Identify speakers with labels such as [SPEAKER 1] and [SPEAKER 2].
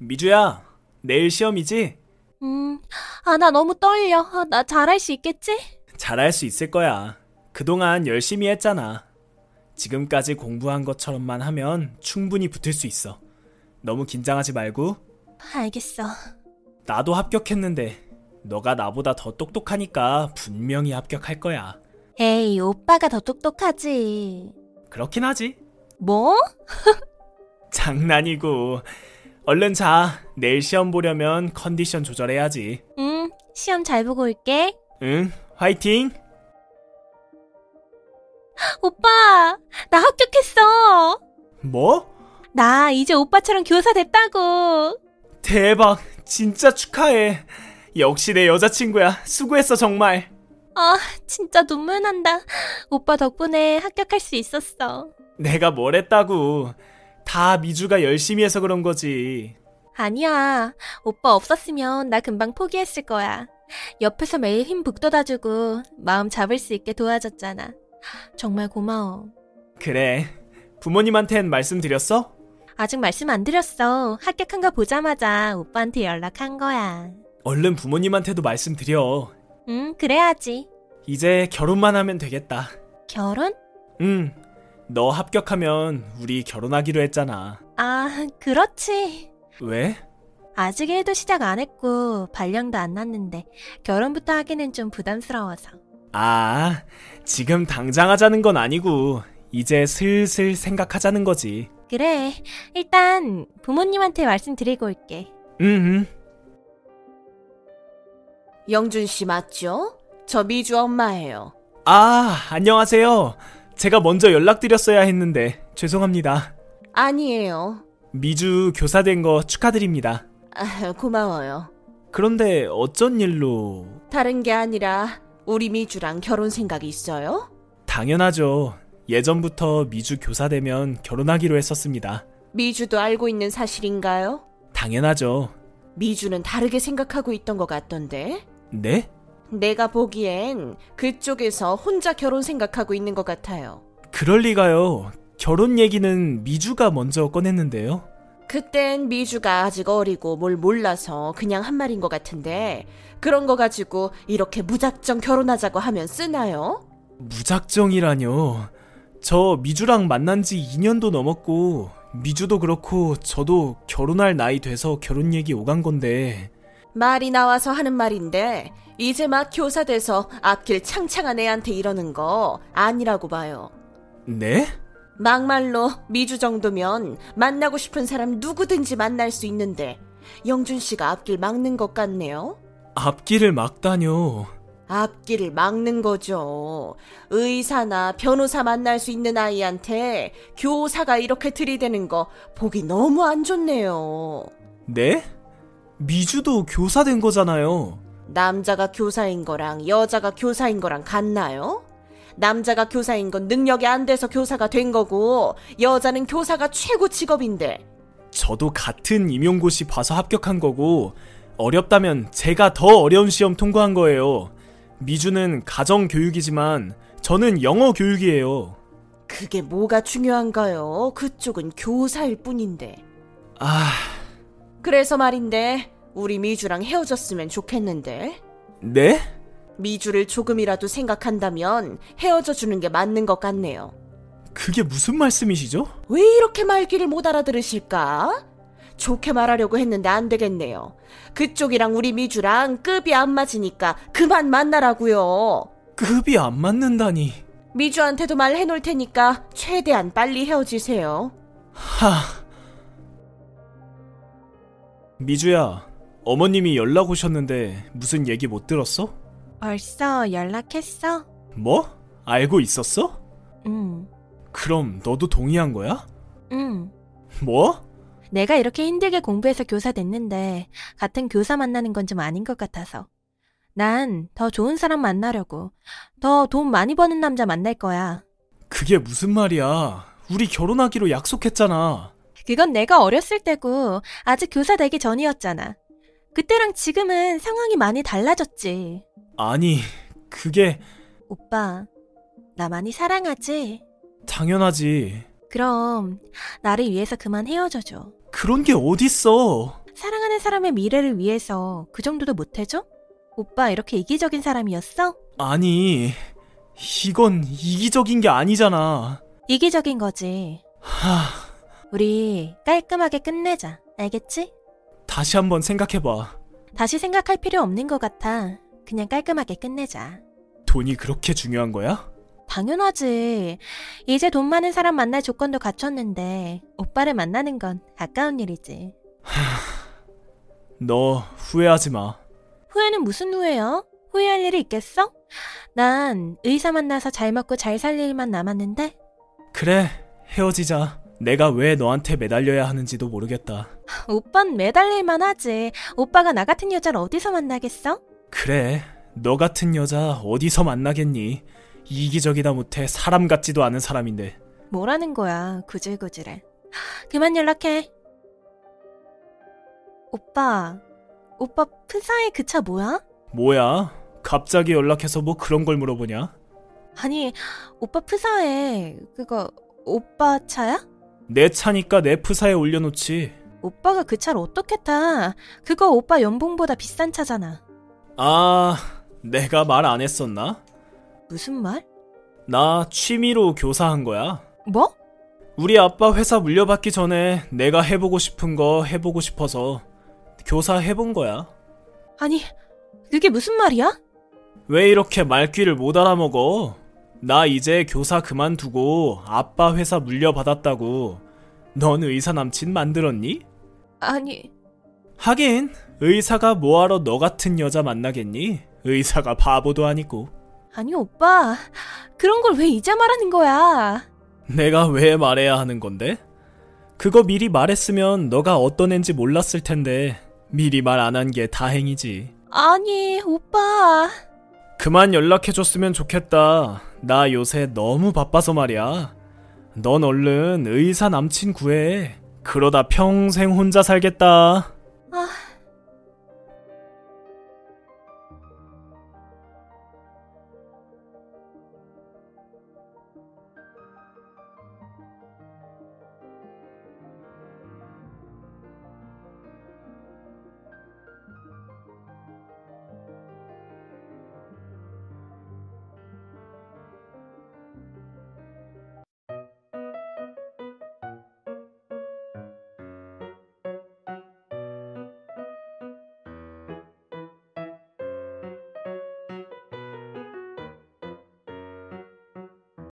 [SPEAKER 1] 미주야, 내일 시험이지?
[SPEAKER 2] 음, 아, 나 너무 떨려. 아, 나 잘할 수 있겠지?
[SPEAKER 1] 잘할 수 있을 거야. 그동안 열심히 했잖아. 지금까지 공부한 것처럼만 하면 충분히 붙을 수 있어. 너무 긴장하지 말고
[SPEAKER 2] 알겠어.
[SPEAKER 1] 나도 합격했는데 너가 나보다 더 똑똑하니까 분명히 합격할 거야.
[SPEAKER 2] 에이, 오빠가 더 똑똑하지.
[SPEAKER 1] 그렇긴 하지.
[SPEAKER 2] 뭐?
[SPEAKER 1] 장난이고. 얼른 자. 내일 시험 보려면 컨디션 조절해야지.
[SPEAKER 2] 응, 시험 잘 보고 올게.
[SPEAKER 1] 응, 화이팅!
[SPEAKER 2] 오빠, 나 합격했어.
[SPEAKER 1] 뭐?
[SPEAKER 2] 나 이제 오빠처럼 교사 됐다고.
[SPEAKER 1] 대박! 진짜 축하해! 역시 내 여자친구야. 수고했어, 정말.
[SPEAKER 2] 아, 진짜 눈물 난다. 오빠 덕분에 합격할 수 있었어.
[SPEAKER 1] 내가 뭘 했다고. 다 미주가 열심히 해서 그런 거지.
[SPEAKER 2] 아니야. 오빠 없었으면 나 금방 포기했을 거야. 옆에서 매일 힘 북돋아주고 마음 잡을 수 있게 도와줬잖아. 정말 고마워.
[SPEAKER 1] 그래. 부모님한텐 말씀드렸어?
[SPEAKER 2] 아직 말씀 안 드렸어. 합격한 거 보자마자 오빠한테 연락한 거야.
[SPEAKER 1] 얼른 부모님한테도 말씀드려.
[SPEAKER 2] 응, 그래야지.
[SPEAKER 1] 이제 결혼만 하면 되겠다.
[SPEAKER 2] 결혼?
[SPEAKER 1] 응. 너 합격하면 우리 결혼하기로 했잖아.
[SPEAKER 2] 아, 그렇지.
[SPEAKER 1] 왜?
[SPEAKER 2] 아직 일도 시작 안 했고 발령도 안 났는데 결혼부터 하기는 좀 부담스러워서.
[SPEAKER 1] 아, 지금 당장 하자는 건 아니고, 이제 슬슬 생각하자는 거지.
[SPEAKER 2] 그래. 일단 부모님한테 말씀드리고 올게.
[SPEAKER 1] 응, 응.
[SPEAKER 3] 영준 씨 맞죠? 저 미주 엄마예요.
[SPEAKER 1] 아, 안녕하세요. 제가 먼저 연락드렸어야 했는데, 죄송합니다.
[SPEAKER 3] 아니에요.
[SPEAKER 1] 미주 교사된 거 축하드립니다.
[SPEAKER 3] 아, 고마워요.
[SPEAKER 1] 그런데 어쩐 일로?
[SPEAKER 3] 다른 게 아니라 우리 미주랑 결혼 생각이 있어요?
[SPEAKER 1] 당연하죠. 예전부터 미주 교사되면 결혼하기로 했었습니다.
[SPEAKER 3] 미주도 알고 있는 사실인가요?
[SPEAKER 1] 당연하죠.
[SPEAKER 3] 미주는 다르게 생각하고 있던 것 같던데.
[SPEAKER 1] 네?
[SPEAKER 3] 내가 보기엔 그쪽에서 혼자 결혼 생각하고 있는 것 같아요.
[SPEAKER 1] 그럴 리가요. 결혼 얘기는 미주가 먼저 꺼냈는데요.
[SPEAKER 3] 그땐 미주가 아직 어리고 뭘 몰라서 그냥 한 말인 것 같은데 그런 거 가지고 이렇게 무작정 결혼하자고 하면 쓰나요?
[SPEAKER 1] 무작정이라뇨. 저 미주랑 만난 지 2년도 넘었고, 미주도 그렇고, 저도 결혼할 나이 돼서 결혼 얘기 오간 건데,
[SPEAKER 3] 말이 나와서 하는 말인데 이제 막 교사 돼서 앞길 창창한 애한테 이러는 거 아니라고 봐요.
[SPEAKER 1] 네?
[SPEAKER 3] 막말로 미주 정도면 만나고 싶은 사람 누구든지 만날 수 있는데 영준 씨가 앞길 막는 것 같네요.
[SPEAKER 1] 앞길을 막다뇨.
[SPEAKER 3] 앞길을 막는 거죠. 의사나 변호사 만날 수 있는 아이한테 교사가 이렇게 들이대는 거 보기 너무 안 좋네요.
[SPEAKER 1] 네? 미주도 교사 된 거잖아요.
[SPEAKER 3] 남자가 교사인 거랑 여자가 교사인 거랑 같나요? 남자가 교사인 건 능력이 안 돼서 교사가 된 거고, 여자는 교사가 최고 직업인데,
[SPEAKER 1] 저도 같은 임용고시 봐서 합격한 거고, 어렵다면 제가 더 어려운 시험 통과한 거예요. 미주는 가정교육이지만, 저는 영어교육이에요.
[SPEAKER 3] 그게 뭐가 중요한가요? 그쪽은 교사일 뿐인데.
[SPEAKER 1] 아,
[SPEAKER 3] 그래서 말인데, 우리 미주랑 헤어졌으면 좋겠는데.
[SPEAKER 1] 네?
[SPEAKER 3] 미주를 조금이라도 생각한다면 헤어져 주는 게 맞는 것 같네요.
[SPEAKER 1] 그게 무슨 말씀이시죠?
[SPEAKER 3] 왜 이렇게 말귀를 못 알아들으실까? 좋게 말하려고 했는데 안 되겠네요. 그쪽이랑 우리 미주랑 급이 안 맞으니까 그만 만나라고요.
[SPEAKER 1] 급이 안 맞는다니.
[SPEAKER 3] 미주한테도 말해 놓을 테니까 최대한 빨리 헤어지세요.
[SPEAKER 1] 하. 미주야, 어머님이 연락 오셨는데 무슨 얘기 못 들었어?
[SPEAKER 2] 벌써 연락했어?
[SPEAKER 1] 뭐? 알고 있었어?
[SPEAKER 2] 응,
[SPEAKER 1] 그럼 너도 동의한 거야?
[SPEAKER 2] 응.
[SPEAKER 1] 뭐?
[SPEAKER 2] 내가 이렇게 힘들게 공부해서 교사 됐는데 같은 교사 만나는 건 좀 아닌 것 같아서. 난 더 좋은 사람 만나려고. 더 돈 많이 버는 남자 만날 거야.
[SPEAKER 1] 그게 무슨 말이야? 우리 결혼하기로 약속했잖아.
[SPEAKER 2] 그건 내가 어렸을 때고 아직 교사 되기 전이었잖아. 그때랑 지금은 상황이 많이 달라졌지.
[SPEAKER 1] 아니, 그게
[SPEAKER 2] 오빠, 나 많이 사랑하지?
[SPEAKER 1] 당연하지.
[SPEAKER 2] 그럼 나를 위해서 그만 헤어져줘.
[SPEAKER 1] 그런 게 어딨어.
[SPEAKER 2] 사는 사람의 미래를 위해서 그 정도도 못해줘? 오빠 이렇게 이기적인 사람이었어?
[SPEAKER 1] 아니, 이건 이기적인 게 아니잖아.
[SPEAKER 2] 이기적인 거지.
[SPEAKER 1] 하,
[SPEAKER 2] 우리 깔끔하게 끝내자. 알겠지?
[SPEAKER 1] 다시 한번 생각해봐.
[SPEAKER 2] 다시 생각할 필요 없는 것 같아. 그냥 깔끔하게 끝내자.
[SPEAKER 1] 돈이 그렇게 중요한 거야?
[SPEAKER 2] 당연하지. 이제 돈 많은 사람 만날 조건도 갖췄는데 오빠를 만나는 건 아까운 일이지.
[SPEAKER 1] 너 후회하지 마.
[SPEAKER 2] 후회는 무슨 후회야? 후회할 일이 있겠어? 난 의사 만나서 잘 먹고 잘 살 일만 남았는데
[SPEAKER 1] 그래, 헤어지자. 내가 왜 너한테 매달려야 하는지도 모르겠다.
[SPEAKER 2] 오빤 매달릴만 하지. 오빠가 나 같은 여자를 어디서 만나겠어?
[SPEAKER 1] 그래, 너 같은 여자 어디서 만나겠니? 이기적이다 못해 사람 같지도 않은 사람인데.
[SPEAKER 2] 뭐라는 거야, 구질구질해. 그만 연락해. 오빠, 오빠 프사의 그 차 뭐야?
[SPEAKER 1] 뭐야? 갑자기 연락해서 뭐 그런 걸 물어보냐?
[SPEAKER 2] 아니, 오빠 프사에 그거 오빠 차야?
[SPEAKER 1] 내 차니까 내 프사에 올려놓지.
[SPEAKER 2] 오빠가 그 차를 어떻게 타? 그거 오빠 연봉보다 비싼 차잖아.
[SPEAKER 1] 아, 내가 말 안 했었나?
[SPEAKER 2] 무슨 말?
[SPEAKER 1] 나 취미로 교사한 거야.
[SPEAKER 2] 뭐?
[SPEAKER 1] 우리 아빠 회사 물려받기 전에 내가 해보고 싶은 거 해보고 싶어서 교사 해본 거야.
[SPEAKER 2] 아니, 그게 무슨 말이야?
[SPEAKER 1] 왜 이렇게 말귀를 못 알아먹어? 나 이제 교사 그만두고 아빠 회사 물려받았다고. 넌 의사 남친 만들었니?
[SPEAKER 2] 아니,
[SPEAKER 1] 하긴, 의사가 뭐하러 너 같은 여자 만나겠니? 의사가 바보도 아니고.
[SPEAKER 2] 아니 오빠. 그런 걸 왜 이제 말하는 거야?
[SPEAKER 1] 내가 왜 말해야 하는 건데? 그거 미리 말했으면 너가 어떤 앤지 몰랐을 텐데, 미리 말 안 한 게 다행이지.
[SPEAKER 2] 아니, 오빠.
[SPEAKER 1] 그만 연락해줬으면 좋겠다. 나 요새 너무 바빠서 말이야. 넌 얼른 의사 남친 구해. 그러다 평생 혼자 살겠다.